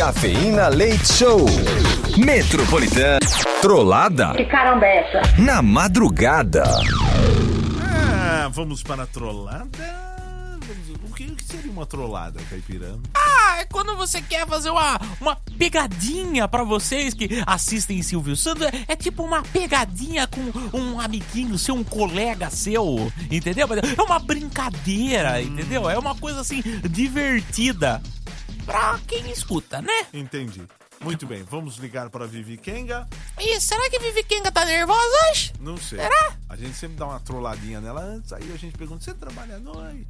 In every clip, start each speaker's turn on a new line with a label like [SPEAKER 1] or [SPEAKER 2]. [SPEAKER 1] Cafeína Leite Show. Metropolitana. Trollada
[SPEAKER 2] Que caramba é essa?
[SPEAKER 1] na madrugada.
[SPEAKER 3] Ah, vamos para a trollada? Vamos- O que, o que seria uma trollada, Caipira?
[SPEAKER 4] Ah, é quando você quer fazer uma, uma pegadinha pra vocês que assistem Silvio Santos. É, é tipo uma pegadinha com um amiguinho seu, um colega seu, entendeu? Mas É uma brincadeira, entendeu? É uma coisa assim divertida pra quem escuta, né?
[SPEAKER 3] Entendi. Muito bem, vamos ligar para Vivi Kenga?
[SPEAKER 4] E será que Vivi Kenga tá nervosa hoje?
[SPEAKER 3] Não sei.
[SPEAKER 4] Será?
[SPEAKER 3] A gente sempre dá uma trolladinha nela antes, aí a gente pergunta: você trabalha à noite?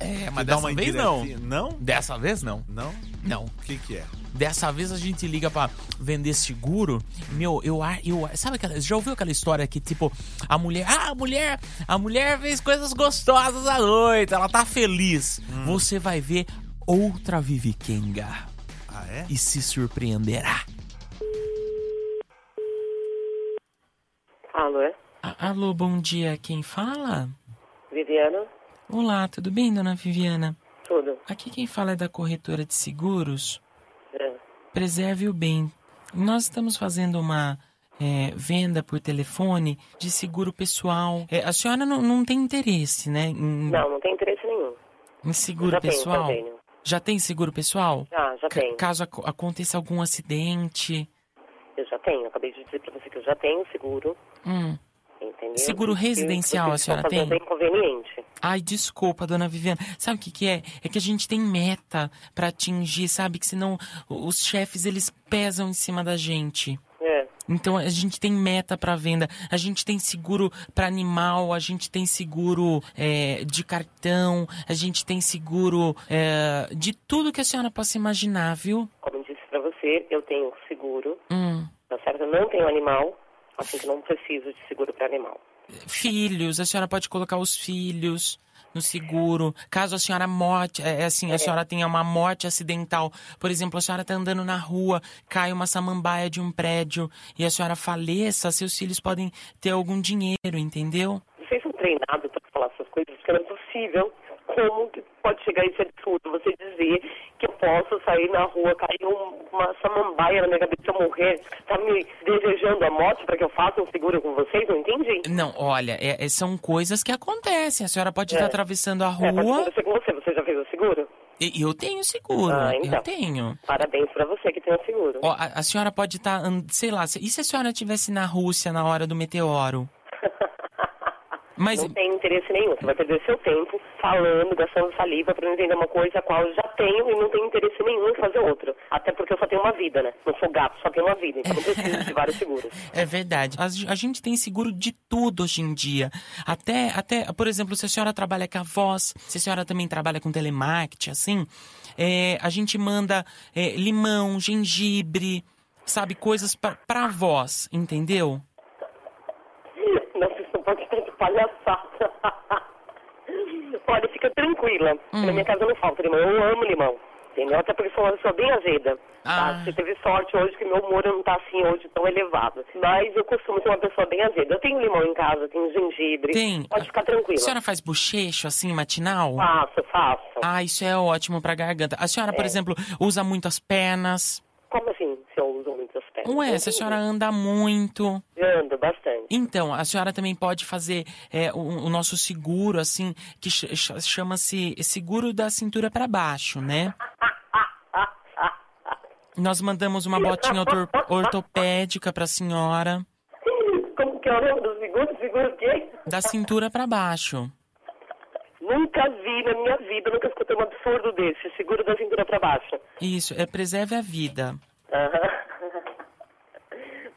[SPEAKER 4] É,
[SPEAKER 3] Você
[SPEAKER 4] mas
[SPEAKER 3] dá
[SPEAKER 4] dessa
[SPEAKER 3] uma
[SPEAKER 4] vez não.
[SPEAKER 3] indiretinha? Não?
[SPEAKER 4] Dessa vez não.
[SPEAKER 3] Não?
[SPEAKER 4] Não.
[SPEAKER 3] O que, que é?
[SPEAKER 4] Dessa vez a gente liga pra vender seguro. Meu, eu a- eu a- sabe aquela, já ouviu aquela história que tipo a mulher, ah, a mulher, a mulher fez coisas gostosas à noite, ela tá feliz. Você vai ver outra Vivi Kenga
[SPEAKER 3] Ah, é?
[SPEAKER 4] e se surpreenderá.
[SPEAKER 5] Alô, é?
[SPEAKER 4] Alô, bom dia, quem fala?
[SPEAKER 5] Viviana?
[SPEAKER 4] Olá, tudo bem, dona Viviana?
[SPEAKER 5] Tudo.
[SPEAKER 4] Aqui quem fala é da corretora de seguros.
[SPEAKER 5] É.
[SPEAKER 4] Preserve o Bem. Nós estamos fazendo uma é, venda por telefone de seguro pessoal. É, a senhora não, não tem interesse, né? Em,
[SPEAKER 5] Não, não tem interesse nenhum.
[SPEAKER 4] em seguro
[SPEAKER 5] já
[SPEAKER 4] pessoal?
[SPEAKER 5] tenho, já tenho.
[SPEAKER 4] Já tem seguro pessoal?
[SPEAKER 5] Já, já
[SPEAKER 4] Ca-
[SPEAKER 5] tenho.
[SPEAKER 4] Caso ac- aconteça algum acidente.
[SPEAKER 5] Eu já tenho. Acabei de dizer pra você que eu já tenho seguro,
[SPEAKER 4] Hum.
[SPEAKER 5] entendeu?
[SPEAKER 4] Seguro
[SPEAKER 5] E que
[SPEAKER 4] residencial
[SPEAKER 5] vocês
[SPEAKER 4] a senhora
[SPEAKER 5] estão fazendo
[SPEAKER 4] tem?
[SPEAKER 5] é inconveniente.
[SPEAKER 4] Ai, desculpa, dona Viviana. Sabe o que, que é? É que a gente tem meta pra atingir, sabe? Que senão o- os chefes eles pesam em cima da gente.
[SPEAKER 5] É.
[SPEAKER 4] Então a gente tem meta para venda, a gente tem seguro para animal, a gente tem seguro é, de cartão, a gente tem seguro é, de tudo que a senhora possa imaginar, viu?
[SPEAKER 5] Como eu disse pra você, eu tenho seguro,
[SPEAKER 4] Hum.
[SPEAKER 5] tá certo? Eu não tenho animal, assim que não preciso de seguro pra animal.
[SPEAKER 4] Filhos, a senhora pode colocar os filhos no seguro. Caso a senhora morte, é é assim, a senhora tenha uma morte acidental. Por exemplo, a senhora tá andando na rua, cai uma samambaia de um prédio e a senhora faleça, seus filhos podem ter algum dinheiro, entendeu?
[SPEAKER 5] Vocês são treinados pra falar essas coisas, porque não é possível. Como que pode chegar esse absurdo você dizer que eu posso sair na rua, cair um- uma samambaia na minha cabeça e eu morrer? Tá me desejando a morte pra que eu faça um seguro com vocês? Não entendi.
[SPEAKER 4] Não, olha, é- é- são coisas que acontecem. A senhora pode estar atravessando a
[SPEAKER 5] É, pode
[SPEAKER 4] rua.
[SPEAKER 5] acontecer com você. Você já fez o seguro?
[SPEAKER 4] e eu tenho seguro,
[SPEAKER 5] Ah, então.
[SPEAKER 4] eu tenho.
[SPEAKER 5] Parabéns pra você que tem o seguro.
[SPEAKER 4] Ó, a, a senhora pode estar, sei lá, se- e se a senhora estivesse na Rússia na hora do meteoro? Mas,
[SPEAKER 5] Não tem interesse nenhum. Você vai perder seu tempo falando, gastando saliva pra não entender uma coisa a qual eu já tenho e não tenho interesse nenhum em fazer outra. Até porque eu só tenho uma vida, né? Não sou gato, só tenho uma vida. Então eu preciso de vários seguros.
[SPEAKER 4] É verdade. A, gen- a gente tem seguro de tudo hoje em dia. Até, até, por exemplo, se a senhora trabalha com a voz, se a senhora também trabalha com telemarketing, assim, é, a gente manda é, limão, gengibre, sabe, coisas pra, pra voz, entendeu?
[SPEAKER 5] Não, vocês não podem estar de palhaçada. Olha, fica tranquila.
[SPEAKER 4] Hum.
[SPEAKER 5] Na minha casa não falta limão. Eu amo limão. Entendeu? Até porque sou uma pessoa bem azeda. tá?
[SPEAKER 4] Ah.
[SPEAKER 5] Você teve sorte hoje que meu humor não tá assim hoje tão elevado. Mas eu costumo ser uma pessoa bem azeda. Eu tenho limão em casa, tenho gengibre.
[SPEAKER 4] Tem.
[SPEAKER 5] Pode ficar
[SPEAKER 4] A
[SPEAKER 5] tranquila.
[SPEAKER 4] senhora faz bochecho, assim, matinal?
[SPEAKER 5] Faça, faça.
[SPEAKER 4] Ah, isso é ótimo pra garganta. A senhora,
[SPEAKER 5] É.
[SPEAKER 4] por exemplo, usa muito as pernas.
[SPEAKER 5] Como assim se eu uso muitas pernas?
[SPEAKER 4] Ué, se a senhora
[SPEAKER 5] Uhum.
[SPEAKER 4] anda muito.
[SPEAKER 5] Eu ando bastante.
[SPEAKER 4] Então, a senhora também pode fazer é, o, o nosso seguro, assim, que ch- ch- chama-se seguro da cintura pra baixo, né? Nós mandamos uma botinha ortor- ortopédica pra senhora,
[SPEAKER 5] Como que é o nome do seguro? Seguro o quê?
[SPEAKER 4] da cintura pra baixo.
[SPEAKER 5] Nunca vi na minha vida, nunca escutei um absurdo desse. Seguro da cintura pra baixo.
[SPEAKER 4] Isso, é preserve a vida.
[SPEAKER 5] Aham.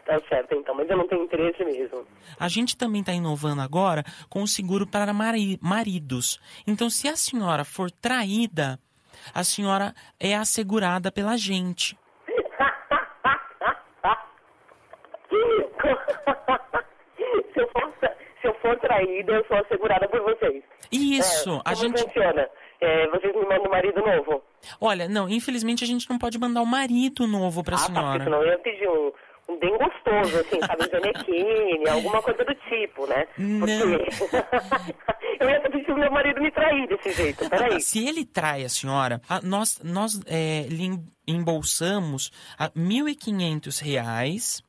[SPEAKER 5] tá certo, então, mas eu não tenho interesse mesmo.
[SPEAKER 4] A gente também está inovando agora com o seguro para mari- maridos. Então, se a senhora for traída, a senhora é assegurada pela gente.
[SPEAKER 5] se, eu for, tra- se eu for traída, eu sou assegurada por vocês.
[SPEAKER 4] Isso,
[SPEAKER 5] É,
[SPEAKER 4] a
[SPEAKER 5] como
[SPEAKER 4] gente.
[SPEAKER 5] funciona? É, vocês me mandam um marido novo?
[SPEAKER 4] Olha, não, infelizmente a gente não pode mandar o marido novo para a
[SPEAKER 5] ah, tá, porque
[SPEAKER 4] senhora.
[SPEAKER 5] senão eu ia pedir um, bem gostoso, assim, sabe? Janequine, alguma coisa do tipo, né? Porque eu ia pedir o meu marido me trair desse jeito, peraí.
[SPEAKER 4] Ah, Se ele trai a senhora, a- nós, nós é, lhe em- embolsamos a R$ 1.500 reais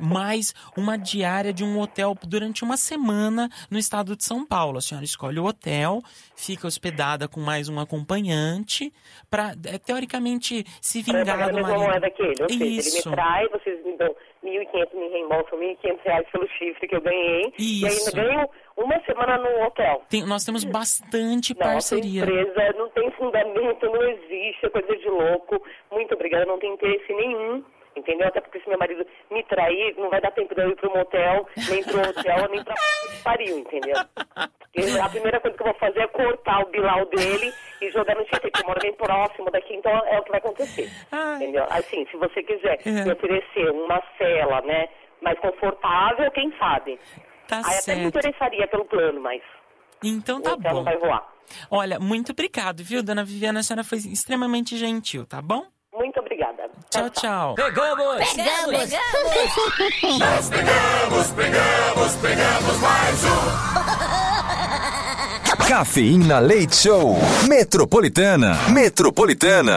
[SPEAKER 4] mais uma diária de um hotel durante uma semana no estado de São Paulo. A senhora escolhe o hotel, fica hospedada com mais um acompanhante para teoricamente se
[SPEAKER 5] Pra
[SPEAKER 4] vingar
[SPEAKER 5] pagar a
[SPEAKER 4] do
[SPEAKER 5] mesma moeda
[SPEAKER 4] marido.
[SPEAKER 5] que ele. Ou seja, ele
[SPEAKER 4] Isso.
[SPEAKER 5] me trai, vocês me dão 1.500, me reembolsam 1.500 reais pelo chifre que eu ganhei. E ainda
[SPEAKER 4] Isso.
[SPEAKER 5] ganho uma semana no hotel.
[SPEAKER 4] Tem- nós temos bastante
[SPEAKER 5] Nossa
[SPEAKER 4] parceria.
[SPEAKER 5] empresa não tem fundamento, não existe, é coisa de louco. Muito obrigada, não tem interesse nenhum. Entendeu? Até porque se meu marido me trair, não vai dar tempo de eu ir pro motel, nem pro hotel, nem pra p- que pariu, entendeu? E a primeira coisa que eu vou fazer é cortar o bilau dele e jogar no Tietê, que eu moro bem próximo daqui, então é o que vai acontecer.
[SPEAKER 4] Ai.
[SPEAKER 5] Entendeu? Assim, se você quiser
[SPEAKER 4] É.
[SPEAKER 5] me oferecer uma cela, né, mais confortável, quem sabe?
[SPEAKER 4] Tá
[SPEAKER 5] Aí até me
[SPEAKER 4] certo.
[SPEAKER 5] interessaria pelo plano, mas
[SPEAKER 4] Então
[SPEAKER 5] o
[SPEAKER 4] tá
[SPEAKER 5] hotel não
[SPEAKER 4] bom.
[SPEAKER 5] vai voar.
[SPEAKER 4] Olha, muito obrigado, viu, dona Viviana? A senhora foi extremamente gentil, tá bom?
[SPEAKER 5] Muito obrigada.
[SPEAKER 4] Tchau, tchau.
[SPEAKER 2] Pegamos!
[SPEAKER 1] Cafeína Leite Show. Metropolitana. Metropolitana.